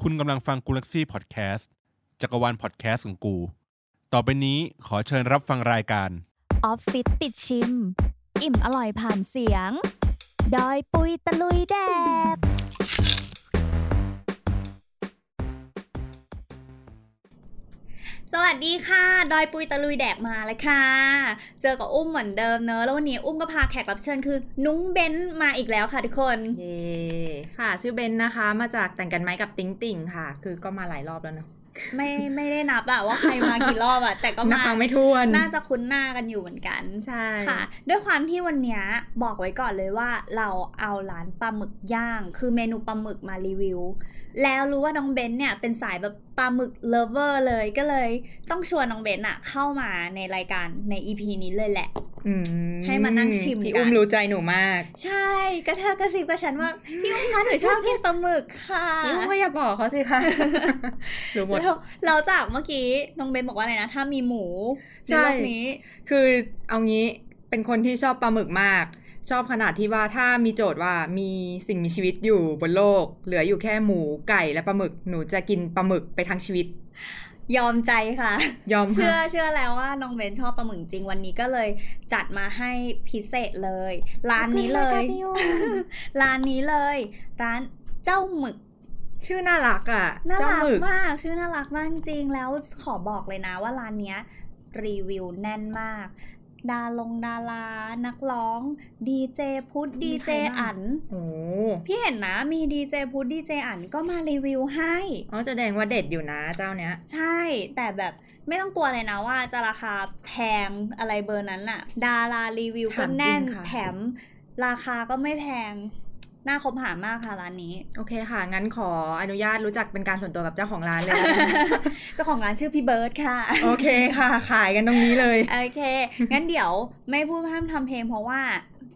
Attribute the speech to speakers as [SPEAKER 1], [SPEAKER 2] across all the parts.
[SPEAKER 1] คุณกำลังฟังกูลักซี่พอดแคสต์จักรวาลพอดแคสต์ของกู ต่อไปนี้ขอเชิญรับฟังรายการ
[SPEAKER 2] ออฟฟิศติดชิม อิ่มอร่อยผ่านเสียง ดอยปุยตะลุยแดด
[SPEAKER 3] สวัสดีค่ะ ดอยปุยตะลุยแดกมาแล้วค่ะ เจอกับอุ้มเหมือนเดิมเนอะ แล้ววันนี้อุ้มก็พาแขกรับเชิญคือ นุ้งเบนซ์มาอีกแล้วค่ะทุกคน
[SPEAKER 4] เย่ค่ะ ชื่อเบนนะคะ มาจากแต่งกันไหมกับติ๊งติ่งค่ะ คือก็มาหลายรอบแล้วเนาะ
[SPEAKER 3] ไม่ไม่ได้นับอะว่าใครมากี่รอบอะแต่ก็
[SPEAKER 4] นับ
[SPEAKER 3] มา
[SPEAKER 4] ฟังไม่ทวน
[SPEAKER 3] น่าจะคุ้นหน้ากันอยู่เหมือนกัน
[SPEAKER 4] ใช่
[SPEAKER 3] ค่ะ ด้วยความที่วันเนี้ยบอกไว้ก่อนเลยว่าเราเอาร้านปลาหมึกย่าง คือเมนูปลาหมึกมารีวิว แล้วรู้ว่าน้องเบนเนี่ยเป็นสายแบบปลาหมึกเลเวอร์เลยก็เลย ต้องชวนน้องเบนอะเข้ามาในรายการใน EP นี้เลยแหละ
[SPEAKER 4] อืม
[SPEAKER 3] ให้มานั่งชิม
[SPEAKER 4] พี่
[SPEAKER 3] กัน
[SPEAKER 4] อุ้มรู้ใจหนูมาก
[SPEAKER 3] ใช่กระเทอกระซิบกับฉันว่า พี่อุ้มคะหนูชอบกินปลาหมึกค่ะ
[SPEAKER 4] พี่อุ้มก็อย่าบอกเขาสิคะรู้หมด
[SPEAKER 3] แล้วเราจากเมื่อกี้น้องเบนบอกว่าอะไรนะ ถ้ามีหมูใน
[SPEAKER 4] ใช่
[SPEAKER 3] โลกนี้
[SPEAKER 4] คือเอางี้เป็นคนที่ชอบปลาหมึกมาก ชอบขนาดที่ว่าถ้ามีโจทย์ว่ามีสิ่งมีชีวิตอยู่บนโลก เหลืออยู่แค่หมูไก่และปลาหมึกหนูจะกินปลาหมึกไปทั้งชีวิต
[SPEAKER 3] ยอมใจค่ะ
[SPEAKER 4] ยอม
[SPEAKER 3] เชื่อ
[SPEAKER 4] ค่ะ
[SPEAKER 3] เชื่อแล้วว่าน้องเบนชอบปลาหมึกจริงวันนี้ก็เลยจัดมาให้พิเศษเลย ร้านนี้เลย ร้านนี้เลย ร้านเจ้าหมึก
[SPEAKER 4] ชื่อน่ารักอ่ะ
[SPEAKER 3] น่า
[SPEAKER 4] เจ้า
[SPEAKER 3] รัก
[SPEAKER 4] หมึก
[SPEAKER 3] มาก ชื่อน่ารักมากจริงแล้วขอบอกเลยนะว่าร้านเนี้ยรีวิวแน่นมาก ดาลงดารานักร้องดีเจพุทธ
[SPEAKER 4] มี
[SPEAKER 3] ดี
[SPEAKER 4] ใค
[SPEAKER 3] เจ
[SPEAKER 4] รบ้าง
[SPEAKER 3] อัน
[SPEAKER 4] โอ้
[SPEAKER 3] พี่เห็นนะมีดีเจพุทธดีเจอันก็มารีวิวให้
[SPEAKER 4] เขาแสดงว่าเด็ดอยู่นะเจ้าเนี้ย
[SPEAKER 3] ใช่ แต่แบบไม่ต้องกลัวเลยนะว่าจะราคาแพงอะไรเบอร์นั้นน่ะ ดารารีวิวก็
[SPEAKER 4] ถามจริง
[SPEAKER 3] แน่น
[SPEAKER 4] ค่ะ
[SPEAKER 3] แถมราคาก็ไม่แพง น่าคบหามากค่ะร้านนี้
[SPEAKER 4] โอเคค่ะ งั้นขออนุญาตรู้จักเป็นการส่วนตัวกับเจ้าของร้านเลย
[SPEAKER 3] เจ้าของร้านชื่อพี่เบิร์ดค่ะ
[SPEAKER 4] โอเคค่ะ ขายกันตรงนี้เลย
[SPEAKER 3] โอเค งั้นเดี๋ยวไม่พูดพร่ำทำเพลงเพราะว่า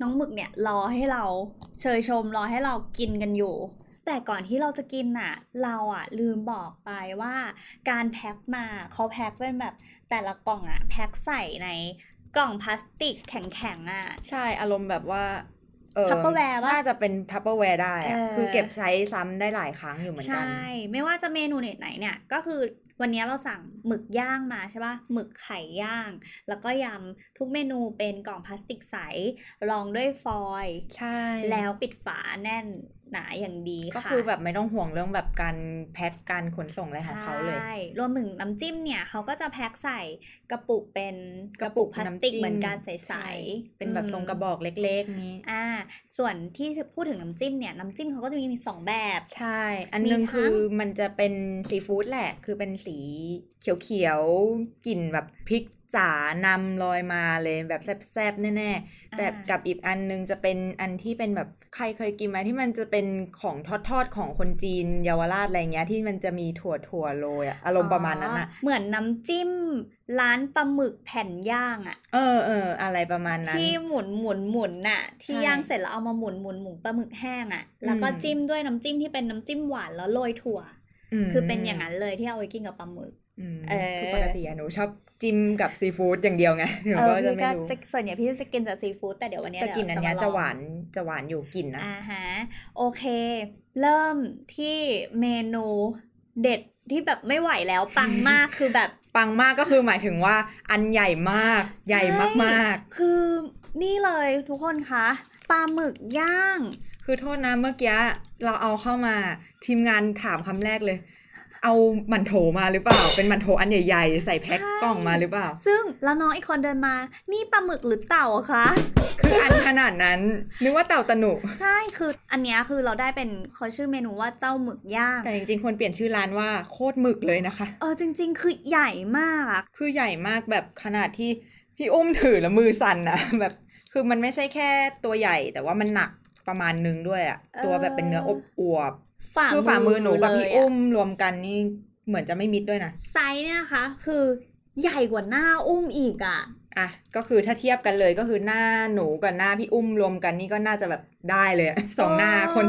[SPEAKER 3] น้องหมึกเนี่ยรอให้เราเชยชมรอให้เรากินกันอยู่ แต่ก่อนที่เราจะกินน่ะ เราอ่ะลืมบอกไปว่า การแพ็คมาเขาแพ็คเป็นแบบแต่ละกล่องอ่ะแพ็คใส่ในกล่องพลาสติกแข็งๆอ่ะ
[SPEAKER 4] ใช่อารมณ์แบบว่า
[SPEAKER 3] Tupperware ปะ
[SPEAKER 4] น่าจะเป็นทัพเปอร์แวร์ได้อะ
[SPEAKER 3] เออ
[SPEAKER 4] คือเก็บใช้ซ้ำได้หลายครั้งอยู่เหมือนกัน
[SPEAKER 3] ใช่ ไม่ว่าจะเมนูไหนๆเนี่ย ก็คือวันนี้เราสั่งหมึกย่างมาใช่ปะหมึกไข่ย่าง แล้วก็ยำทุกเมนูเป็นกล่องพลาสติกใสรองด้วยฟอยล์
[SPEAKER 4] ใช่
[SPEAKER 3] แล้วปิดฝาแน่นหนาอย่างดี
[SPEAKER 4] ก็
[SPEAKER 3] ค่ะ
[SPEAKER 4] คือแบบไม่ต้องห่วงเรื่องแบบการแพ็คการขนส่งอะไรของเขาเลย
[SPEAKER 3] ใช่รวมถึงน้ำจิ้มเนี่ยเขาก็จะแพ็คใส่กระปุกเป็น
[SPEAKER 4] กระปุก
[SPEAKER 3] พลาสติก
[SPEAKER 4] น้ำจิ้ม
[SPEAKER 3] เหมือนกันใส
[SPEAKER 4] ใช่
[SPEAKER 3] ๆ
[SPEAKER 4] เป็นแบบทรงกระบอกเล็กๆนี้
[SPEAKER 3] อ่า ส่วนที่พูดถึงน้ำจิ้มเนี่ย น้ำจิ้มเขาก็จะมีมีสองแบบ
[SPEAKER 4] ใช่ อันหนึง
[SPEAKER 3] มีทั้ง
[SPEAKER 4] คือมันจะเป็นซีฟู้ดแหละ คือเป็นสีเขียวๆ กลิ่นแบบพริกจ๋านำลอยมาเลยแบบแซ่บๆ แน่ๆ แต่กับอีกอันหนึงจะเป็นอันที่เป็นแบบใครเคยกินไหมที่มันจะเป็นของทอดๆ ของคนจีนเยาวราชอะไรเงี้ยที่มันจะมีถั่วถั่วๆโรยอะอารมณ์ประมาณนั้นอะ
[SPEAKER 3] อ๋อเหมือนน้ำจิ้มร้านปลาหมึกแผ่นย่างอะ
[SPEAKER 4] เออเอออะไรประมาณนั้น
[SPEAKER 3] ที่หมุนหมุนหมุนน่ะ ที่
[SPEAKER 4] ใช่
[SPEAKER 3] ย่างเสร็จแล้วเอามาหมุนหมุนหมุนปลาหมึกแห้งอะแล้วก็
[SPEAKER 4] อืม
[SPEAKER 3] จิ้มด้วยน้ำจิ้มที่เป็นน้ำจิ้มหวานแล้วโรยถั่ว
[SPEAKER 4] ม
[SPEAKER 3] คือเป็นอย่างนั้นเลยที่เอาไว้กินกับปลาหมึก
[SPEAKER 4] อืม
[SPEAKER 3] เออ
[SPEAKER 4] คือปกติอะหนูชอบจิ้มกับซีฟู้ดอย่างเดียวไงหนู
[SPEAKER 3] เออ
[SPEAKER 4] ก็จะ
[SPEAKER 3] พี่
[SPEAKER 4] ไม่
[SPEAKER 3] ก็
[SPEAKER 4] รู้
[SPEAKER 3] จะส่วนใหญ่พี่จะกินแต่ซีฟู้ดแต่เดี๋ยววันเนี้ย
[SPEAKER 4] แต่กลิ่นอันเนี้ย
[SPEAKER 3] เดี๋ย
[SPEAKER 4] จะ
[SPEAKER 3] มลอง
[SPEAKER 4] หวานจะหวานอยู่กลิ่นนะ
[SPEAKER 3] อ่าฮะโอเค เริ่มที่เมนูเด็ดที่แบบไม่ไหวแล้วปังมากคือแบบ
[SPEAKER 4] ปังมากก็คือหมายถึงว่าอันใหญ่มาก ใหญ่มาก
[SPEAKER 3] คือนี่เลยทุกคนคะปลาหมึกย่าง
[SPEAKER 4] ๆ คือโทษนะเมื่อกี้เราเอาเข้ามาทีมงานถามคำแรกเลย เอาหมันโถมาหรือเปล่า เป็นหมันโถอันใหญ่ๆ ใส่แพ็ค
[SPEAKER 3] ใช่
[SPEAKER 4] กล่องมาหรือเปล่า
[SPEAKER 3] ซึ่งแล้วน้องอีกคนเดินมา นี่ปลาหมึกหรือเต่าอะคะ
[SPEAKER 4] คืออันขนาดนั้น นึกว่าเต่าตะหนุ
[SPEAKER 3] ใช่คืออันเนี้ยคือเราได้เป็นเขาชื่อเมนูว่าเจ้าหมึกย่าง
[SPEAKER 4] แต่จริงๆ คนเปลี่ยนชื่อร้านว่าโคตรหมึกเลยนะคะ
[SPEAKER 3] เออจริง ๆ คือใหญ่มากอะ
[SPEAKER 4] คือใหญ่มากแบบขนาดที่พี่อุ้มถือแล้วมือสั่นนะ แบบคือมันไม่ใช่แค่ตัวใหญ่ แต่ว่ามันหนักประมาณนึงด้วยอะตัวแบบเป็นเนื้ออบอวบๆ
[SPEAKER 3] ฝ่า
[SPEAKER 4] คือฝ่ามือหนูกับพี่
[SPEAKER 3] เลยะ
[SPEAKER 4] อุ้มรวมกันนี่เหมือนจะไม่มิดด้วยนะ
[SPEAKER 3] ไซส์เนี่ยนะคะคือใหญ่กว่าหน้าอุ้มอีกอะ่ะ
[SPEAKER 4] อ่ะ ก็คือถ้าเทียบกันเลยก็คือหน้าหนูกับหน้าพี่อุ้มรวมกันนี่ก็น่าจะแบบได้เลยอะ สองหน้าคน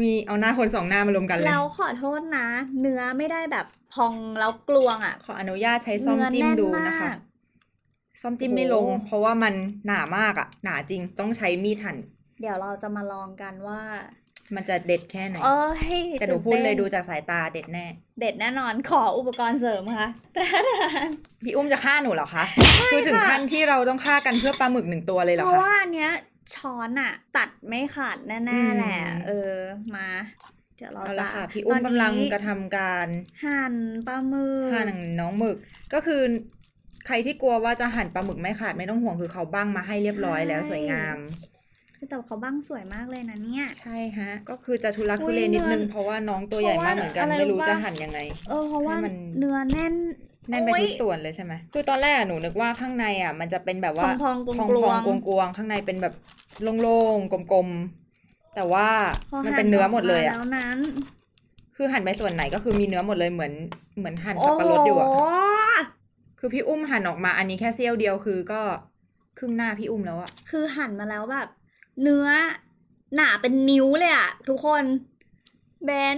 [SPEAKER 4] มีเอาหน้าคนสองหน้ามารวมกันเลย
[SPEAKER 3] แล้วขอโทษนะ เนื้อไม่ได้แบบพองแล้วกลวงอะ่ะ
[SPEAKER 4] ขออนุญาตใช้ซ่อมจิ้มดูนะคะ
[SPEAKER 3] เอแมาก
[SPEAKER 4] ซ่อมจิ้มไม่ลง
[SPEAKER 3] โอ้โห
[SPEAKER 4] เพราะว่ามันหนามากอะหนาจริงต้องใช้มีดหั่น
[SPEAKER 3] เดี๋ยวเราจะมาลองกันว่า
[SPEAKER 4] มันจะเด็ดแค่ไหน
[SPEAKER 3] เอ้ย
[SPEAKER 4] แต่หนูพูด
[SPEAKER 3] ตื่
[SPEAKER 4] เล
[SPEAKER 3] ต้
[SPEAKER 4] ยดูจากสายตาเด็ดแน่
[SPEAKER 3] เด็ดแน่นอนขออุปกรณ์เสริมค่ะแต่ถ้า
[SPEAKER 4] พี่อุ้มจะฆ่าหนูเหรอคะคือถึง
[SPEAKER 3] ค่ะ
[SPEAKER 4] ขั้นที่เราต้องฆ่ากันเพื่อปลาหมึกหนึ่งตัวเลยเหรอ
[SPEAKER 3] เพราะ
[SPEAKER 4] คะ
[SPEAKER 3] ว่าอันเนี้ยช้อนอะตัดไม่ขาดแน่ๆแหละ
[SPEAKER 4] อืม
[SPEAKER 3] เออมา เดี๋ยวเรา
[SPEAKER 4] เอา
[SPEAKER 3] จะ
[SPEAKER 4] ละค่ะ พี่อุ้ม
[SPEAKER 3] ตน
[SPEAKER 4] กำ
[SPEAKER 3] นี้
[SPEAKER 4] ลังกระทำการ
[SPEAKER 3] หั่นปลาหมึก
[SPEAKER 4] หั่นน้องหมึก ก็คือ ใครที่กลัวว่าจะหั่นปลาหมึกไม่ขาดไม่ต้องห่วงคือเขาบ้างมาให้เรียบร้อยแล้วสวยงาม
[SPEAKER 3] แต่เขาบ้างสวยมากเลยนะเนี่ย
[SPEAKER 4] ใช่ฮะ ก็คือจะทุลัก
[SPEAKER 3] อุ๊ย
[SPEAKER 4] ทุเลนิดนึง
[SPEAKER 3] เนื้อ
[SPEAKER 4] เพราะว่าน้องตัวใหญ่มากเหมือนกัน
[SPEAKER 3] เพราะว่า
[SPEAKER 4] ไม่รู้
[SPEAKER 3] อะไร
[SPEAKER 4] จะ
[SPEAKER 3] วะ
[SPEAKER 4] หั่นยังไง
[SPEAKER 3] เออเพราะว่า
[SPEAKER 4] ให้มัน
[SPEAKER 3] เนื้อแน่น
[SPEAKER 4] แน่นไปทุก
[SPEAKER 3] โอ๊ย
[SPEAKER 4] ส่วนเลยใช่ไหมคือตอนแรกอะหนูนึกว่าข้างในอ่ะ มันจะเป็นแบบว่า
[SPEAKER 3] พองๆกลวงๆ
[SPEAKER 4] พองๆกลวงๆข้างในเป็นแบบโล่งๆกลมๆแต่ว่า
[SPEAKER 3] พอ
[SPEAKER 4] มัน
[SPEAKER 3] หั่
[SPEAKER 4] เป็นเนื้อหมดเลย
[SPEAKER 3] กา
[SPEAKER 4] อ่ะ
[SPEAKER 3] แล้วนั้น
[SPEAKER 4] คือหั่นไปส่วนไหนก็คือมีเนื้อหมดเลยเหมือนเหมือนหั่นสับปะรดอยู่อ่ะ
[SPEAKER 3] โอ้โห
[SPEAKER 4] คือพี่อุ้มหั่นออกมาอันนี้แค่เสี้ยวเดียวคือก็ครึ่งหน้าพี่อุ้มแล้วอ่ะ
[SPEAKER 3] คือหั่นมาแล้วแบบ เนื้อหนาเป็นนิ้วเลยอะทุกคนเบน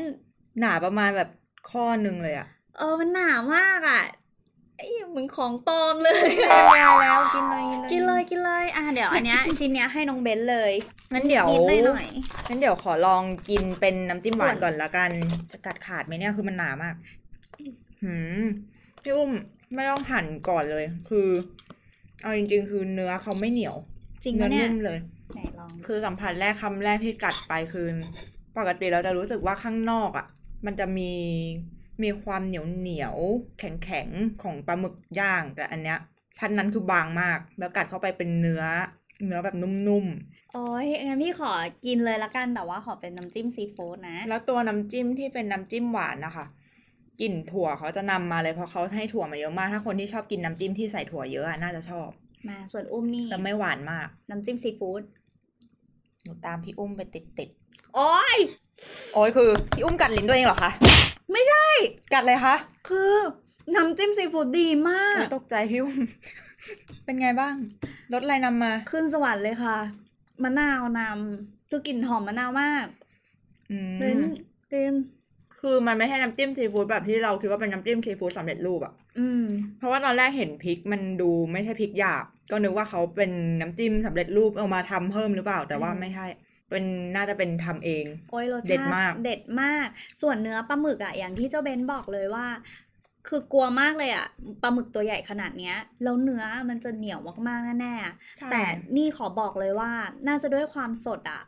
[SPEAKER 4] หนาประมาณแบบข้อหนึงเลยอ่ะ
[SPEAKER 3] เออมันหนามากอะไอ้เหมึงของปลอมเลย
[SPEAKER 4] แล้วกินเลยกินเลย
[SPEAKER 3] กินเลยกินเลยอ่ะเดี๋ยวอันเนี้ย ชิ้นเนี้ยให้น้องเบนเลย
[SPEAKER 4] งั้นเดี๋ยว
[SPEAKER 3] นิดๆหน่อย
[SPEAKER 4] งั้นเดี๋ยวขอลองกินเป็นน้ำจิ้มหวา
[SPEAKER 3] ส่ว
[SPEAKER 4] น
[SPEAKER 3] น
[SPEAKER 4] ก่อนละกัน จะกัดขาดไหมเนี่ยคือมันหนามาก หืมพี่อุ้มไม่ต้องหั่นก่อนเลย คือ เอาจริง ๆ คือเนื้อเขาไม่เหนียว
[SPEAKER 3] ๆจริง
[SPEAKER 4] เนื้
[SPEAKER 3] ปะ
[SPEAKER 4] อ
[SPEAKER 3] เนี่ย
[SPEAKER 4] นุ่มเลย
[SPEAKER 3] ไหนลอง
[SPEAKER 4] คือสัมผัสแรกคำแรกที่กัดไปคือปกติเราจะรู้สึกว่าข้างนอกอะ่ะ มันจะมีมีความเหนียวเหนียวแข็งแข็งๆของปลาหมึกย่าง แต่อันเนี้ยชั้นนั้นคือบางมาก แล้วกัดเข้าไปเป็นเนื้อ เนื้อแบบนุ่มๆ
[SPEAKER 3] โอ้ยงั้นพี่ขอกินเลยละกันแต่ว่าขอเป็นน้ำจิ้มซีฟู้ดนะ
[SPEAKER 4] แล้วตัวน้ำจิ้มที่เป็นน้ำจิ้มหวานนะคะกลิ่นถั่วเขาจะนำมาเลยเพราะเขาให้ถั่วมาเยอะมาก ถ้าคนที่ชอบกินน้ำจิ้มที่ใส่ถั่วเยอะอะน่าจะชอบ
[SPEAKER 3] มาส่วนอุ้มนี่
[SPEAKER 4] แต่ไม่หวานมาก
[SPEAKER 3] น้ำจิ้มซีฟู้ด
[SPEAKER 4] หนูตามพี่อุ้มไปติดติด
[SPEAKER 3] โอ้ย
[SPEAKER 4] ๆโอ้ยคือพี่อุ้มกัดลิ้นตัวเองเหรอคะ
[SPEAKER 3] ไม่ใช่
[SPEAKER 4] กัดเลยคะ
[SPEAKER 3] คือน้ำจิ้มซีฟู้ดดีมาก
[SPEAKER 4] อุ๊ยตกใจพี่อุ้ม เป็นไงบ้างรสอะไรนำมา
[SPEAKER 3] ขึ้นสวรรค์เลยค่ะ มะนาวนำคือกลิ่นหอมมะนาวมาก
[SPEAKER 4] อื
[SPEAKER 3] เน้น
[SPEAKER 4] ม
[SPEAKER 3] กลิ่น
[SPEAKER 4] คือมันไม่ใช่น้ำจิ้มซีฟู้ดแบบที่เราคิดว่าเป็นน้ำจิ้มซีฟู้ดสำเร็จรูปอะ
[SPEAKER 3] อืม
[SPEAKER 4] เพราะว่าตอนแรกเห็นพริกมันดูไม่ใช่พริกหยาบ ก็นึกว่าเขาเป็นน้ำจิ้มสำเร็จรูปเอามาทำเพิ่มหรือเปล่า แต่ว่า
[SPEAKER 3] อืม
[SPEAKER 4] ไม่ใช่ เป็นน่าจะเป็นทำเอง
[SPEAKER 3] โอ้ยรสชาติ
[SPEAKER 4] เด็ดมาก
[SPEAKER 3] เด็ดมาก ส่วนเนื้อปลาหมึกอะอย่างที่เจ้าเบนบอกเลยว่า คือกลัวมากเลยอะปลาหมึกตัวใหญ่ขนาดเนี้ยแล้วเนื้อมันจะเหนียวมากๆแน่ๆ แต่นี่ขอบอกเลยว่าน่าจะด้วยความสดอะ่ะ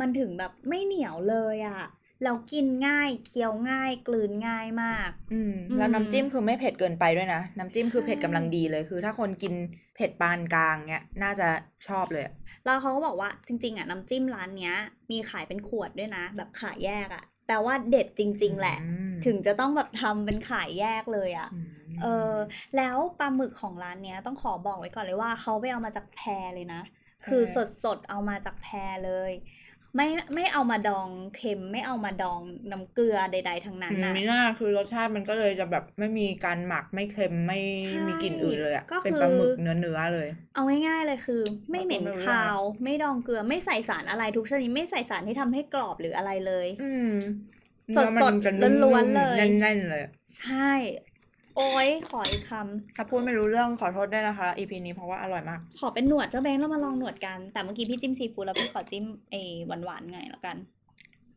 [SPEAKER 3] มันถึงแบบไม่เหนียวเลยอะ่ะแล้วกินง่ายเคี้ยวง่ายกลืนง่ายมาก
[SPEAKER 4] อืม
[SPEAKER 3] อืม
[SPEAKER 4] แล้วน้ำจิ้มคือไม่เผ็ดเกินไปด้วยนะ น้ำจิ้มคือ
[SPEAKER 3] ใช่
[SPEAKER 4] เผ็ดกำลังดีเลย คือถ้าคนกินเผ็ดปานกลางเนี่ยน่าจะชอบเลยอะ
[SPEAKER 3] แล้วเขาก็บอกว่าจริง ๆอะ่ะน้ำจิ้มร้านเนี้ย มีขายเป็นขวดด้วยนะ แบบขายแยกอะ่ะแปลว่าเด็ดจริง ๆ แหละ
[SPEAKER 4] อืม
[SPEAKER 3] ถึงจะต้องแบบทำเป็นขายแยกเลยอ่ะ
[SPEAKER 4] อืม
[SPEAKER 3] เออแล้วปลาหมึกของร้านเนี้ยต้องขอบอกไว้ก่อนเลยว่าเขาไปเอามาจากแพเลยนะ คือสดสดๆเอามาจากแพเลย ไม่ไม่เอามาดองเค็มไม่เอามาดองน้ำเกลือใด ๆทั้งนั้น
[SPEAKER 4] อืม
[SPEAKER 3] นะ
[SPEAKER 4] มีหน้าคือรสชาติมันก็เลยจะแบบไม่มีการหมักไม่เค็มไม่มีกลิ่นอื่นเลยอะ
[SPEAKER 3] ใช่ก็
[SPEAKER 4] เป็น
[SPEAKER 3] คือ
[SPEAKER 4] ปลาหมึกเนื้อเนื้อๆเลย
[SPEAKER 3] เอาง่ายๆเลยคือ ไม่เหม็น
[SPEAKER 4] ปลาหมึก
[SPEAKER 3] คาว ไม่ดองเกลือไม่ใส่สารอะไรทุกชนิดไม่ใส่สารที่ทำให้กรอบหรืออะไรเลย
[SPEAKER 4] อืม
[SPEAKER 3] สดๆ
[SPEAKER 4] เนื้อมันจะมๆ
[SPEAKER 3] ล้วนๆเลย
[SPEAKER 4] แน่นๆเลย
[SPEAKER 3] ใช่ โอ้ยขออีกค
[SPEAKER 4] ถ้าพูดไม่รู้เรื่องขอโทษด้วยนะคะ EP นี้เพราะว่าอร่อยมาก
[SPEAKER 3] ำขอเป็นหนวดเจ้าแบงค์แล้วมาลองหนวดกัน แต่เมื่อกี้พี่จิ้มซีฟู้ดแล้วพี่ขอจิ้มไอ้หวานๆไงแล้วกัน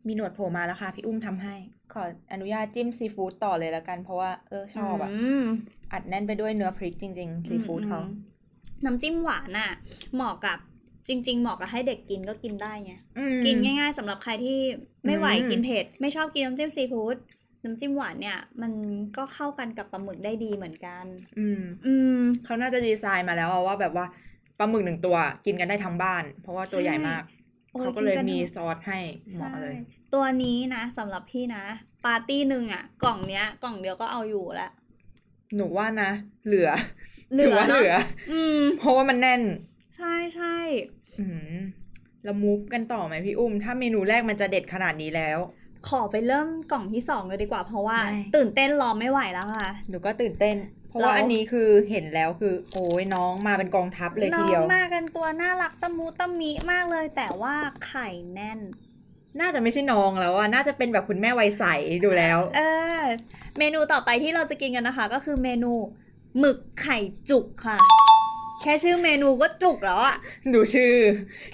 [SPEAKER 4] มีหนวดโผล่มาแล้วค่ะ พี่อุ้มทำให้ ขออนุญาตจิ้มซีฟู้ดต่อเลยละกัน เพราะว่าเออชอบอ่ะ
[SPEAKER 3] ม
[SPEAKER 4] อัดแน่นไปด้วยเนื้อพริกจริง ๆ ซีฟู้ดเขา
[SPEAKER 3] อืมน้ำจิ้มหวานอ่ะ เหมาะกับจริง ๆ เหมาะกับให้เด็กกินก็กินได้ไง
[SPEAKER 4] อืม
[SPEAKER 3] กินง่าย ๆสำหรับใครที่ไม่ไหว
[SPEAKER 4] อืม
[SPEAKER 3] กินเผ็ดไม่ชอบกินน้ำจิ้มซีฟู้ดน้ำจิ้มหวานเนี่ย มันก็เข้ากันกับปลาหมึกได้ดีเหมือนกัน
[SPEAKER 4] อืม
[SPEAKER 3] อืม
[SPEAKER 4] เขาน่าจะดีไซน์มาแล้วอะว่าแบบว่าปลาหมึกหนึ่งตัวกินกันได้ทั้งบ้าน เพราะว่าตัว
[SPEAKER 3] ใช่
[SPEAKER 4] ใหญ่มาก
[SPEAKER 3] โอ้ย
[SPEAKER 4] เขาก็เลย
[SPEAKER 3] กินกัน
[SPEAKER 4] มีซอสให้เหมาะเลย
[SPEAKER 3] ใช่ตัวนี้นะสำหรับพี่นะ ปาร์ตี้หนึ่งอ่ะ กล่องเนี้ย กล่องเดียวก็เอาอยู่ละ
[SPEAKER 4] หนูว่านะ เหลือ
[SPEAKER 3] เหลื
[SPEAKER 4] ถื
[SPEAKER 3] อ
[SPEAKER 4] ว่าเห
[SPEAKER 3] เนาะ
[SPEAKER 4] ลือ
[SPEAKER 3] อืม
[SPEAKER 4] เพราะว่ามันแน่น
[SPEAKER 3] ใช่ใช่
[SPEAKER 4] อืมเรามูฟกันต่อไหมพี่อุ้ม ถ้าเมนูแรกมันจะเด็ดขนาดนี้แล้ว
[SPEAKER 3] ขอไปเริ่มกล่องที่สองเลยดีกว่าเพราะว่า
[SPEAKER 4] ได้
[SPEAKER 3] ตื่นเต้นรอไม่ไหวแล้วค่ะ
[SPEAKER 4] หนูก็ตื่นเต้น เพราะ
[SPEAKER 3] แล้ว
[SPEAKER 4] ว่าอันนี้คือเห็นแล้วคือ โอ้ยน้องมาเป็นกองทัพเลยทีเดียว
[SPEAKER 3] น้องมากันตัวน่ารักตะมูตะมิมากเลย แต่ว่าไข่แน่น
[SPEAKER 4] น่าจะไม่ใช่น้องแล้วอะน่าจะเป็นแบบคุณแม่วัยใสดูแล้ว
[SPEAKER 3] เออ เมนูต่อไปที่เราจะกินกันนะคะ ก็คือเมนูหมึกไข่จุกค่ะ แค่ชื่อเมนูก็จุกแล้วอะ
[SPEAKER 4] ดูชื่อ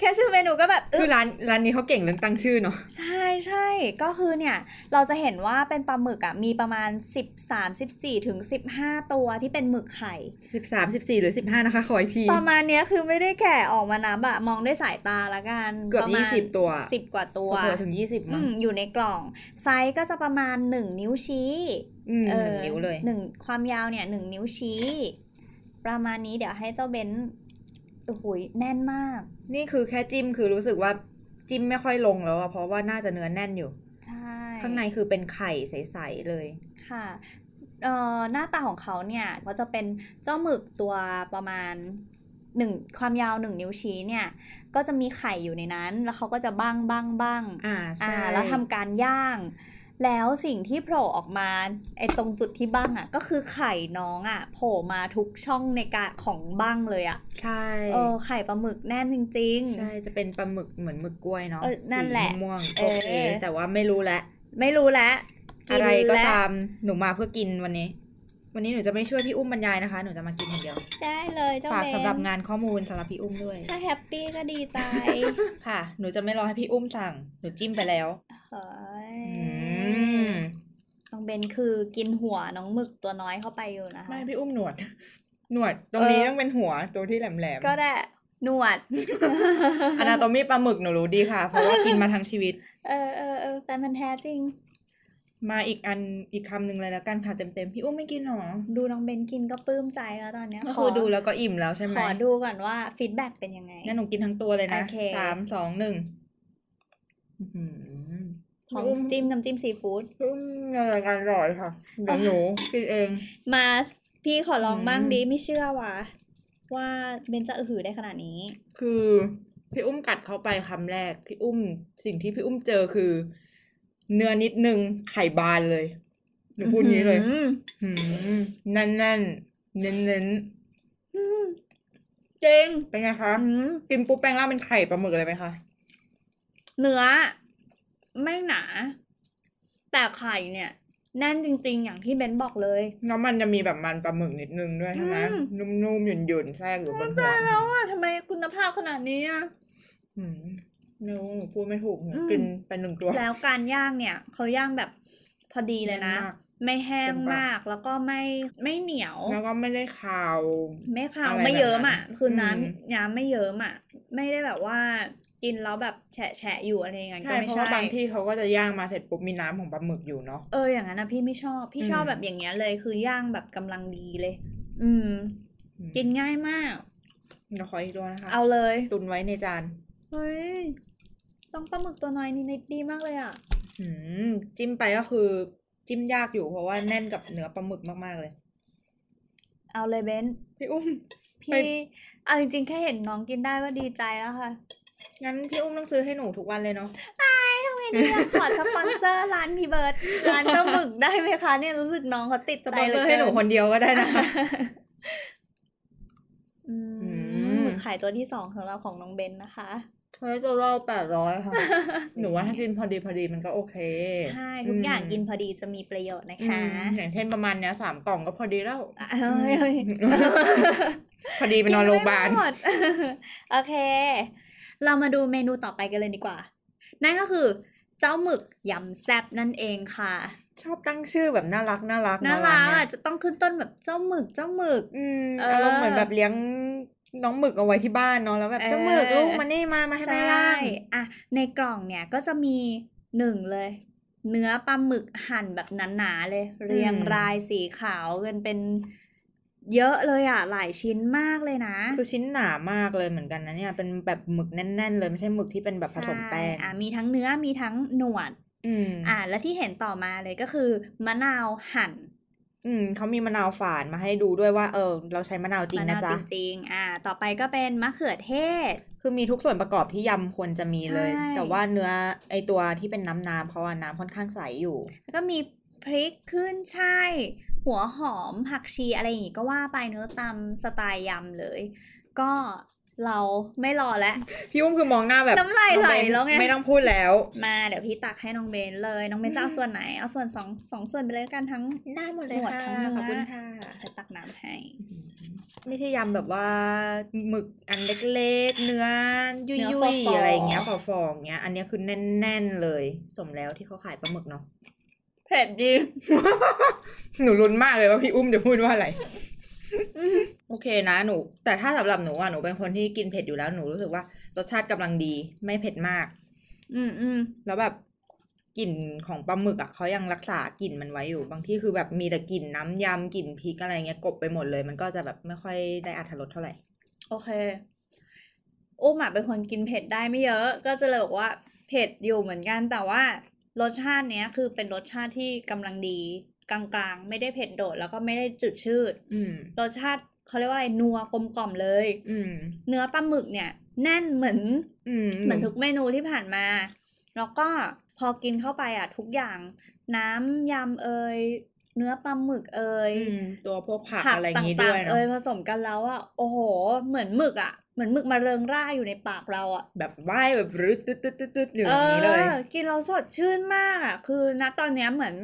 [SPEAKER 3] แค่ชื่อเมนูก็แบบอึ้ง
[SPEAKER 4] คือร้านร้านนี้เขาเก่งเรื่องตั้งชื่อเนาะ
[SPEAKER 3] ใช่ใช่ก็คือเนี่ยเราจะเห็นว่าเป็นปลาหมึกอ่ะมีประมาณ 13 14ถึง15 ตัวที่เป็นหมึกไข่
[SPEAKER 4] สิบสามสิบสี่หรือสิบห้านะคะ ขออีกที
[SPEAKER 3] ประมาณเนี้ยคือไม่ได้แกะออกมานับอะมองด้วยสายตาละกัน
[SPEAKER 4] เกือบ
[SPEAKER 3] ประมาณ
[SPEAKER 4] 20ตัว
[SPEAKER 3] สิบกว่าตัว
[SPEAKER 4] เผื่อถึงยี่สิบ
[SPEAKER 3] อื
[SPEAKER 4] มั้ง
[SPEAKER 3] มอยู่ในกล่อง ไซส์ก็จะประมาณ 1 นิ้วชี้
[SPEAKER 4] อืมห
[SPEAKER 3] เอ
[SPEAKER 4] นึ่
[SPEAKER 3] อง
[SPEAKER 4] นิ้วเลย
[SPEAKER 3] หนึ่งความยาวเนี่ยหนึ่งนิ้วชี้ ประมาณนี้เดี๋ยวให้เจ้าเบนซ์โอ้โหแน่นมาก
[SPEAKER 4] นี่คือแค่จิ้มคือรู้สึกว่าจิ้มไม่ค่อยลงแล้วอะเพราะว่าน่าจะเนื้อแน่นอยู่
[SPEAKER 3] ใช่
[SPEAKER 4] ข้างในคือเป็นไข่ใส ๆ เลย
[SPEAKER 3] ค่ะเอ่อหน้าตาของเขาเนี่ยก็จะเป็นเจ้าหมึกตัวประมาณหนึ่งความยาวหนึ่งนิ้วชี้เนี่ยก็จะมีไข่อยู่ในนั้น แล้วเขาก็จะบ้างบ้างบ้าง
[SPEAKER 4] อ่า
[SPEAKER 3] อ่า
[SPEAKER 4] ใช่
[SPEAKER 3] แล้วทำการย่าง แล้วสิ่งที่โผล่ออกมาไอ้ตรงจุดที่บ้างอ่ะก็คือไข่น้องอ่ะโผล่มาทุกช่องในการของบ้างเลยอ่ะ
[SPEAKER 4] ใช่
[SPEAKER 3] เออไข่ปลาหมึกแน่นจริง ๆ
[SPEAKER 4] ใช่จะเป็นปลาหมึกเหมือนหมึกกล้วยเนาะ
[SPEAKER 3] เออนั่นแหละ
[SPEAKER 4] สีม่วงๆ
[SPEAKER 3] เอ
[SPEAKER 4] โอ
[SPEAKER 3] อ
[SPEAKER 4] เค แต่ว่าไม่รู้แล้ว
[SPEAKER 3] ไม่รู้แล้วกิ
[SPEAKER 4] อะ
[SPEAKER 3] น
[SPEAKER 4] ไรก็
[SPEAKER 3] แล้ว
[SPEAKER 4] ตามหนูมาเพื่อกินวันนี้ วันนี้หนูจะไม่ช่วยพี่อุ้มบรรยายนะคะ หนูจะมากินอย่างเดียว
[SPEAKER 3] ได้เลยเจ้า
[SPEAKER 4] ฝาก
[SPEAKER 3] เบ
[SPEAKER 4] สำหรับ
[SPEAKER 3] น
[SPEAKER 4] งานข้อมูลสำหรับพี่อุ้มด้วย
[SPEAKER 3] ถ้าแฮปปี้ก็ดี ใจ
[SPEAKER 4] ค่ะ หนูจะไม่รอให้พี่อุ้มสั่ง หนูจิ้มไปแล้ว
[SPEAKER 3] เฮ้ย
[SPEAKER 4] อืม
[SPEAKER 3] น้องเบนคือกินหัวน้องหมึกตัวน้อยเข้าไปอยู่นะคะ
[SPEAKER 4] ไม่พี่อุ้มหนวด หนวด ตรงนี้
[SPEAKER 3] เออ
[SPEAKER 4] ต้องเป็นหัวตัวที่แหลมๆ
[SPEAKER 3] ก็ได้หนวด
[SPEAKER 4] อนาโตมีปลาหมึกหนูรู้ดีค่ะ เพราะว่ากินมาทั้งชีวิต
[SPEAKER 3] เออเออเออแต่มันแท้จริง
[SPEAKER 4] มาอีกอันอีกคำหนึ่งเลยแล้วกันค่ะเต็มๆ พี่อุ้มไม่กินหรอ
[SPEAKER 3] ดูน้องเบนกินก็ปลื้มใจแล้วตอนเนี้ย
[SPEAKER 4] ก็
[SPEAKER 3] ข
[SPEAKER 4] คือดูแล้วก็อิ่มแล้วใช่ไหม
[SPEAKER 3] ขอดูก่อนว่าฟีดแบ็กเป็นยังไง
[SPEAKER 4] งั้นหนูกินทั้งตัวเลยนะ
[SPEAKER 3] โอเค
[SPEAKER 4] สามสองหนึ่ง
[SPEAKER 3] ของจิ้มน้ำจิ้มซีฟู้ด
[SPEAKER 4] อืมอะไรกันอร่อยค่ะเดี๋ยวหนูกินเอง
[SPEAKER 3] มาพี่ขอลองบ้าง
[SPEAKER 4] อืม
[SPEAKER 3] ดิไม่เชื่อว่ะว่าเบนจะอือหือได้ขนาดนี้
[SPEAKER 4] คือพี่อุ้มกัดเข้าไปคำแรก พี่อุ้มสิ่งที่พี่อุ้มเจอคือ เนื้อนิดนึงไข่บานเลยหนูพูดอย่างนี้เลย
[SPEAKER 3] อื้อ
[SPEAKER 4] หืมแน่นแน่นๆเน้นเน้น
[SPEAKER 3] หือจริง
[SPEAKER 4] ๆเป็นไงคะ
[SPEAKER 3] อื้อ
[SPEAKER 4] กินปุ๊บแปลงร่างเป็นไข่ปลาหมึกเลยไหมคะ
[SPEAKER 3] เนื้อ ไม่หนา แต่ไข่เนี่ย แน่นจริง ๆ อย่างที่เบนบอกเลย
[SPEAKER 4] แล้วมันจะมีแบบมันปลาหมึกนิดนึงด้วยใช่ไหม
[SPEAKER 3] อื
[SPEAKER 4] นุ่มๆหยุ่นๆแทรกอยู่บนหัว
[SPEAKER 3] แล้วอ่ะทำไมคุณภาพขนาดนี้อ่ะ
[SPEAKER 4] หืมหนูหนูพูดไม่ถูกหนู
[SPEAKER 3] อืม
[SPEAKER 4] กินไปหนึ่งตัว
[SPEAKER 3] แล้วการย่างเนี่ยเขาย่างแบบพอดีเลยนะ ไม่แห้ง
[SPEAKER 4] เต็มปาก
[SPEAKER 3] มากแล้วก็ไม่ไม่เหนียว
[SPEAKER 4] แล้วก็ไม่ได้คาว
[SPEAKER 3] ไม่ขาว
[SPEAKER 4] อะไร
[SPEAKER 3] ไม่เยิ้มอ่ะ
[SPEAKER 4] แบบนั้น
[SPEAKER 3] คือน้
[SPEAKER 4] อืม
[SPEAKER 3] ำน้ำไม่เยิ้มอ่ะ ไม่ได้แบบว่ากินแล้วแบบแฉะแฉะอยู่อะไรอย่างเงี้ย
[SPEAKER 4] ใช่
[SPEAKER 3] ก็ไม่
[SPEAKER 4] เพราะ
[SPEAKER 3] ใช่
[SPEAKER 4] ว่าบางที่เขาก็จะย่างมาเสร็จปุ๊บมีน้ำของปลาหมึกอยู่เนาะ
[SPEAKER 3] เอออย่างนั้นนะพี่ไม่ชอบ พี่ชอบ
[SPEAKER 4] อืม
[SPEAKER 3] แบบอย่างเงี้ยเลย คือย่างแบบกำลังดีเลย อืม
[SPEAKER 4] อืม
[SPEAKER 3] กินง่ายมาก
[SPEAKER 4] เดี๋ยวขออีกตัวนะคะ
[SPEAKER 3] เอาเลย
[SPEAKER 4] ตุนไว้ในจาน
[SPEAKER 3] เฮ้ยต้องปลาหมึกตัวน้อยนี่นิดดีมากเลยอ่ะ
[SPEAKER 4] อืมจิ้มไปก็คือ จิ้มยากอยู่เพราะว่าแน่นกับเนื้อปลาหมึกมากๆเลย
[SPEAKER 3] เอาเลยเบน
[SPEAKER 4] พี่อุ้ม ไป
[SPEAKER 3] พี่เอาจริงๆ แค่เห็นน้องกินได้ก็ดีใจแล้วค่ะ
[SPEAKER 4] งั้นพี่อุ้มต้องซื้อให้หนูทุกวันเลยเนาะ
[SPEAKER 3] เห็นอยากขอสปอนเซอร์ร้านพี่เบิร์ดร้านเจ้าหมึกได้ไหมคะเนี่ยรู้สึกน้องเขาติด
[SPEAKER 4] ส
[SPEAKER 3] ใจ
[SPEAKER 4] ปอน
[SPEAKER 3] เห
[SPEAKER 4] เซ
[SPEAKER 3] ลื
[SPEAKER 4] อ
[SPEAKER 3] อ
[SPEAKER 4] ร์
[SPEAKER 3] เกิ
[SPEAKER 4] ให้หนูคนเดียวก็ได้นะคะ
[SPEAKER 3] อืม
[SPEAKER 4] อืม
[SPEAKER 3] หมึกขายตัวที่สองของเราของน้องเบนนะคะ
[SPEAKER 4] เฮ้ยตัวเราแปดร้อย ค่ะ หนูว่าถ้ากินพอดีพอดีมันก็โอเค
[SPEAKER 3] ใช่ ทุกอย่างกินพอดีจะมีประโยชน์นะ
[SPEAKER 4] อื
[SPEAKER 3] คะ
[SPEAKER 4] มอย่างเช่นประมาณเนี้ยสามกล่องก็พอดีแล้ว
[SPEAKER 3] เอ้ยเอ้ย
[SPEAKER 4] พอดีไปนอนโรงพยาบาล
[SPEAKER 3] กินไม่หมด โอเค เรามาดูเมนูต่อไปกันเลยดีกว่า นั่นก็คือ เจ้าหมึกยำแซบนั่นเองค่ะ
[SPEAKER 4] ชอบตั้งชื่อแบบน่ารักน่ารัก
[SPEAKER 3] น่ารัก
[SPEAKER 4] เนี่ย
[SPEAKER 3] อ่ะจะต้องขึ้นต้นแบบเจ้าหมึกเจ้าหมึก
[SPEAKER 4] อืม
[SPEAKER 3] เอออ
[SPEAKER 4] อารมณ์เหมือนแบบเลี้ยงน้องหมึกเอาไว้ที่บ้านเนาะแล้วแบบเจ้าหมึก
[SPEAKER 3] เออ
[SPEAKER 4] ลูกมานี่มามาให้แม่ย่าง
[SPEAKER 3] อ่ะในกล่องเนี่ยก็จะมีหนึ่งเลย เนื้อปลาหมึกหั่นแบบหนาๆเลย เรียงรายสีขาวกันเป็นเยอะเลยอ่ะ หลายชิ้นมากเลยนะ
[SPEAKER 4] คือชิ้นหนามากเลยเหมือนกันนะเนี่ย เป็นแบบหมึกแน่น ๆ เลยไม่ใช่หมึกที่เป็นแบบผสมแป้ง
[SPEAKER 3] ใช่อ่ะมีทั้งเนื้อมีทั้งหนวด
[SPEAKER 4] อืม
[SPEAKER 3] อ่ะและที่เห็นต่อมาเลยก็คือมะนาวหั่น
[SPEAKER 4] อืมเขามีมะนาวฝานมาให้ดูด้วยว่าเออ เราใช้มะนาวจริง
[SPEAKER 3] มะ
[SPEAKER 4] นะ
[SPEAKER 3] นาว
[SPEAKER 4] จ๊ะ
[SPEAKER 3] จริงๆอ่ะต่อไปก็เป็นมะเขือเทศ
[SPEAKER 4] คือมีทุกส่วนประกอบที่ยำควรจะมีเลย
[SPEAKER 3] ใช่
[SPEAKER 4] แต่ว่าเนื้อไอตัวที่เป็นน้ำน้ำๆเขาอะน้ำค่อนข้างใสอยู่
[SPEAKER 3] แล้วก็มีพริกขึ้นช่ายหัวหอมผักชีอะไรอย่างงี้ก็ว่าไปเนื้อะตามสไตล์ยำเลย ก็ เราไม่รอแล้ว
[SPEAKER 4] พี่อุ้มคือมองหน้าแบบ
[SPEAKER 3] น้ำลายไหลแล้วไง
[SPEAKER 4] ม่ต้องพูดแล้ว
[SPEAKER 3] มาเดี๋ยวพี่ตักให้น้องเบนเลย น้องเบนจะเอาส่วนไหน เอาส่วนสองสองส่วนไปเลยละกันทั้ง
[SPEAKER 4] ได้หมดเลย
[SPEAKER 3] หมด
[SPEAKER 4] ค่ะ
[SPEAKER 3] ทั้งเนื้
[SPEAKER 4] ขอบคุณค่ะ
[SPEAKER 3] จะตักน้ำให้
[SPEAKER 4] ไม่ใช่ยำแบบว่าหมึกอันเล็กๆ เนื้อยุ
[SPEAKER 3] เนื้
[SPEAKER 4] ย
[SPEAKER 3] อฟอๆ
[SPEAKER 4] ๆอะไรอย่างเงี้ยฟอๆอย่างเงี้ย อันเนี้ยคือแน่นๆเลย สมแล้วที่เขาขายปลาหมึกเนาะ
[SPEAKER 3] เผ็ดดี
[SPEAKER 4] หนูลุ้นมากเลยว่าพี่อุ้มจะพูดว่าอะไร โอเคนะหนู แต่ถ้าสำหรับหนูอ่ะหนูเป็นคนที่กินเผ็ดอยู่แล้วหนูรู้สึกว่ารสชาติกำลังดี ไม่เผ็ดมาก
[SPEAKER 3] อืมอืม
[SPEAKER 4] แล้วแบบกลิ่นของปลาหมึกอ่ะเขายังรักษากลิ่นมันไว้อยู่ บางที่คือแบบมีแต่กลิ่นน้ำยำกลิ่นพริกอะไรเงี้ยกลบไปหมดเลย มันก็จะแบบไม่ค่อยได้อรรถรสเท่าไหร่
[SPEAKER 3] โอเคอุ้มอะเป็นคนกินเผ็ดได้ไม่เยอะ ก็จะเลยบอกว่าเผ็ดอยู่เหมือนกันแต่ว่ารสชาติเนี้ยคือเป็นรสชาติที่กำลังดี กลางๆ ไม่ได้เผ็ดโดดแล้วก็ไม่ได้จืดชืด
[SPEAKER 4] อืม
[SPEAKER 3] รสชาติเขาเรียกว่าอะไรนัวกลมกล่อมเลย
[SPEAKER 4] อืม
[SPEAKER 3] เนื้อปลาหมึกเนี่ยแน่นเหมือน
[SPEAKER 4] อืม
[SPEAKER 3] เหมือนทุกเมนูที่ผ่านมา แล้วก็พอกินเข้าไปอ่ะทุกอย่าง น้ำยำเอยเนื้อปลาหมึกเอย
[SPEAKER 4] อืมตัวพวกผักอะไรอย่างงี้ด้วย
[SPEAKER 3] เอ
[SPEAKER 4] เนาะ
[SPEAKER 3] ยผสมกันแล้วอ่ะโอ้โห เหมือนหมึกอ่ะเหมือนหมึกมาเริงร่าอยู่ในปากเราอ่ะ
[SPEAKER 4] แบบว่ายแบบรึดตึ๊ดตึ๊ดตึ๊ดตึ๊ดอยู่อย่างนี้เลย
[SPEAKER 3] ออกินเราสดชื่นมากอ่ะ คือณตอนเนี้ยเหมือน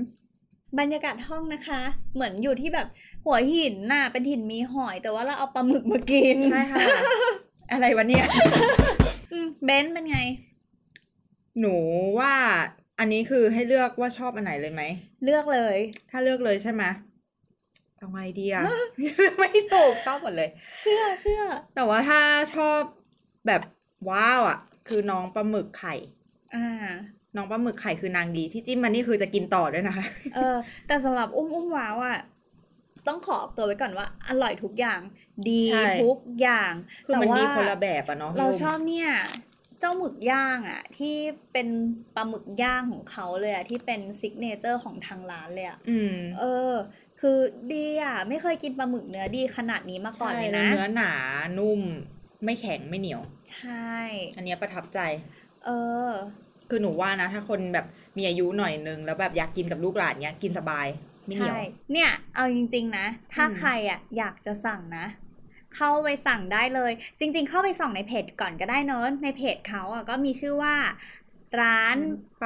[SPEAKER 3] บรรยากาศห้องนะคะ เหมือนอยู่ที่แบบหัวหินน่ะเป็นหินมีหอย แต่ว่าเราเอาปลาหมึกมากิน
[SPEAKER 4] ใช่ค่ะ อะไรวะเนี่ย
[SPEAKER 3] อืมเบนซ์เป็นไง
[SPEAKER 4] หนูว่าอันนี้คือให้เลือกว่าชอบอันไหนเลยไหม
[SPEAKER 3] เลือกเลย
[SPEAKER 4] ถ้าเลือกเลยใช่ไหมเอาไงดีอะ ไม่ถูกชอบหมดเลย
[SPEAKER 3] เชื่อเชื่อ
[SPEAKER 4] แต่ว่าถ้าชอบแบบว้าวอะคือน้องปลาหมึกไข่
[SPEAKER 3] อ่า
[SPEAKER 4] น้องปลาหมึกไข่คือนางดีที่จิ้มมันนี่คือจะกินต่อด้วยนะคะ
[SPEAKER 3] เออแต่สำหรับอุ้มอุ้มว้าวอะต้องขอออกตัวไว้ก่อนว่า อร่อยทุกอย่าง ดี
[SPEAKER 4] ใช่
[SPEAKER 3] ทุกอย่าง
[SPEAKER 4] คือมัน
[SPEAKER 3] แต่ว่า
[SPEAKER 4] ดีคนละแบบอะเนาะ
[SPEAKER 3] เรา
[SPEAKER 4] พี่ม
[SPEAKER 3] ชอบเนี่ย เจ้าหมึกย่างอะที่เป็นปลาหมึกย่างของเขาเลยอะที่เป็นซิกเนเจอร์ของทางร้านเลยอะ
[SPEAKER 4] อืม
[SPEAKER 3] เออ คือดีอะไม่เคยกินปลาหมึกเนื้อดีขนาดนี้มาก่อน
[SPEAKER 4] ใช่
[SPEAKER 3] เลยนะ
[SPEAKER 4] แล้วเนื้อหนานุ่มไม่แข็งไม่เหนียว
[SPEAKER 3] ใช่
[SPEAKER 4] อันเนี้ยประทับใจ
[SPEAKER 3] เออ
[SPEAKER 4] คือหนูว่านะ ถ้าคนแบบมีอายุหน่อยนึง แล้วแบบอยากกินกับลูกหลานเนี้ยกินสบายไม่เหนีย
[SPEAKER 3] ใช่
[SPEAKER 4] ว
[SPEAKER 3] เนี่ย เอาจริง ๆ นะ ถ้า
[SPEAKER 4] อืม
[SPEAKER 3] ใครอ่ะอยากจะสั่งนะ เข้าไปสั่งได้เลย จริง ๆ เข้าไปส่องในเพจก่อนก็ได้เนอะในเพจเขาอ่ะก็มีชื่อว่า ร้าน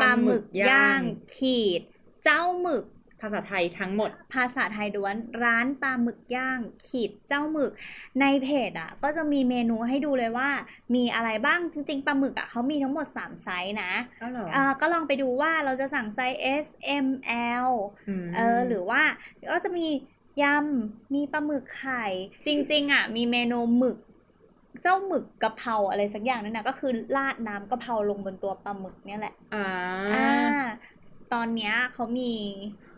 [SPEAKER 3] ปลาหมึกย่าง ขีด เจ้าหมึก
[SPEAKER 4] ภาษาไทยทั้งหมด
[SPEAKER 3] ภาษาไทยล้วน ร้านปลาหมึกย่าง ขีดเจ้าหมึก ในเพจอ่ะ ก็จะมีเมนูให้ดูเลยว่า มีอะไรบ้างจริง ๆปลาหมึกอ่ะเขามีทั้งหมดสามไซส์นะ
[SPEAKER 4] ก็หรอ
[SPEAKER 3] อ่าก็ลองไปดูว่าเราจะสั่งไซส์ S M L
[SPEAKER 4] ม
[SPEAKER 3] เออหรือว่าก็จะมียำมีปลาหมึกไข่ จริง ๆ อ่ะ มีเมนูหมึก เจ้าหมึกกะเพราอะไรสักอย่างนั่นนะก็คือราดน้ำกะเพราลงบนตัวปลาหมึกเนี่ยแหละ
[SPEAKER 4] อ่า
[SPEAKER 3] อ่าตอนเนี้ยเขามี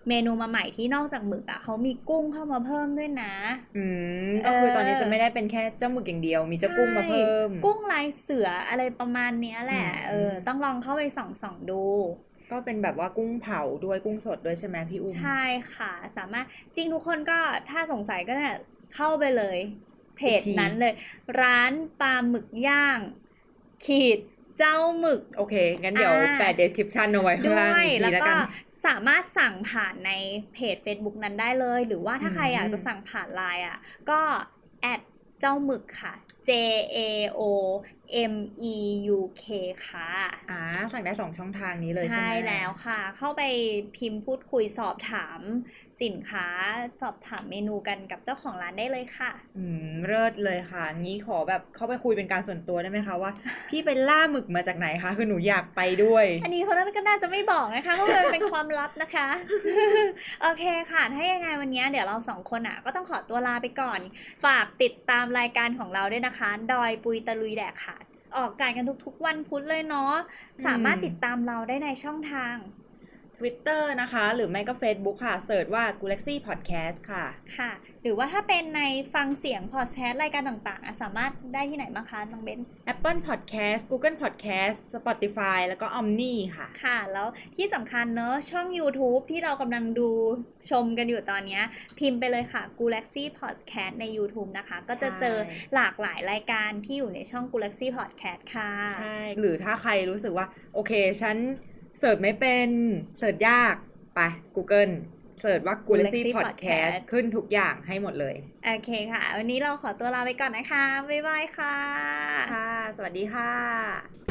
[SPEAKER 3] เมนูมาใหม่ที่นอกจากหมึกอ่ะเขามีกุ้งเข้ามาเพิ่มด้วยนะ
[SPEAKER 4] อืมก็คือ
[SPEAKER 3] เออ
[SPEAKER 4] ตอนนี้จะไม่ได้เป็นแค่เจ้าหมึกอย่างเดียว มีเจ้ากุ้งมาเพิ่ม
[SPEAKER 3] กุ้งลายเสืออะไรประมาณเนี้ยแหละ
[SPEAKER 4] อืม
[SPEAKER 3] เออต้องลองเข้าไปส่องส่องๆดู
[SPEAKER 4] ก็เป็นแบบว่ากุ้งเผาด้วยกุ้งสดด้วยใช่ไหมพี่อุ้ม
[SPEAKER 3] ใช่ค่ะ สามารถจริงทุกคนก็ถ้าสงสัยก็เนี่ยเข้าไปเลย เพจนั้นเลย ร้านปลาหมึกย่าง ขีดเจ้าหมึก
[SPEAKER 4] โอเค งั้นเดี๋ยว
[SPEAKER 3] อ่า
[SPEAKER 4] แปะ description เอาไว้ข้าง
[SPEAKER 3] ด้
[SPEAKER 4] ล่าง
[SPEAKER 3] วย
[SPEAKER 4] อีกที
[SPEAKER 3] แล้ว
[SPEAKER 4] แล้ว
[SPEAKER 3] ก็
[SPEAKER 4] กัน
[SPEAKER 3] สามารถสั่งผ่านในเพจ Facebook นั้นได้เลย หรือว่าถ้าใคร
[SPEAKER 4] อืม
[SPEAKER 3] อยากจะสั่งผ่านไลน์อ่ะ ก็แอดเจ้าหมึกค่ะ J A O M E U K ค่ะ
[SPEAKER 4] อ่าสั่งได้สองช่องทางนี้เลยใช่
[SPEAKER 3] ใช่
[SPEAKER 4] ไหม
[SPEAKER 3] แล้วค่ะ เข้าไปพิมพ์พูดคุยสอบถามสินค้า สอบถามเมนูกันกับเจ้าของร้านได้เลยค่ะ
[SPEAKER 4] อืมเลิศเลยค่ะ งี้ขอแบบเข้าไปคุยเป็นการส่วนตัวได้ไหมคะว่า พี่ไปล่าหมึกมาจากไหนคะคือหนูอยากไปด้วย
[SPEAKER 3] อันนี้เขาก็น่าจะไม่บอกนะคะเพราะมันเป็นความลับนะคะ โอเคค่ะ ถ้ายังไงวันนี้เดี๋ยวเราสองคนอ่ะ ก็ต้องขอตัวลาไปก่อน ฝากติดตามรายการของเราด้วยนะคะ ดอยปุยตะลุยแดกค่ะออกอากานกันทุกๆ วันพุธเลยเนาะสามารถติดตามเราได้ในช่องทาง
[SPEAKER 4] Twitter นะคะ หรือไม่ก็ Facebook ค่ะเสิร์ชว่า Galaxy Podcast ค่ะ
[SPEAKER 3] ค่ะ หรือว่าถ้าเป็นในฟังเสียงพอดแคสต์รายการต่างๆอ่ะสามารถได้ที่ไหนบ้างคะน้องเบน
[SPEAKER 4] Apple Podcast Google Podcast Spotify แล้วก็ Omni ค่ะ
[SPEAKER 3] ค่ะ แล้วที่สำคัญเนอะช่อง YouTube ที่เรากำลังดูชมกันอยู่ตอนเนี้ย พิมพ์ไปเลยค่ะ Galaxy Podcast ใน YouTube นะคะ ก็จะเจอหลากหลายรายการที่อยู่ในช่อง Galaxy Podcast ค่ะ
[SPEAKER 4] ใช่ หรือถ้าใครรู้สึกว่า โอเค ฉันเสิร์ชไม่เป็น เสิร์ชยาก ไป Google เสิร์ชว่า g u l a x y
[SPEAKER 3] Galaxy
[SPEAKER 4] Podcast
[SPEAKER 3] Podcast
[SPEAKER 4] ขึ้นทุกอย่างให้หมดเลย
[SPEAKER 3] โอเคค่ะ วันนี้เราขอตัวลาไปก่อนนะคะ บ๊ายบายค่ะ
[SPEAKER 4] ค่ะ สวัสดีค่ะ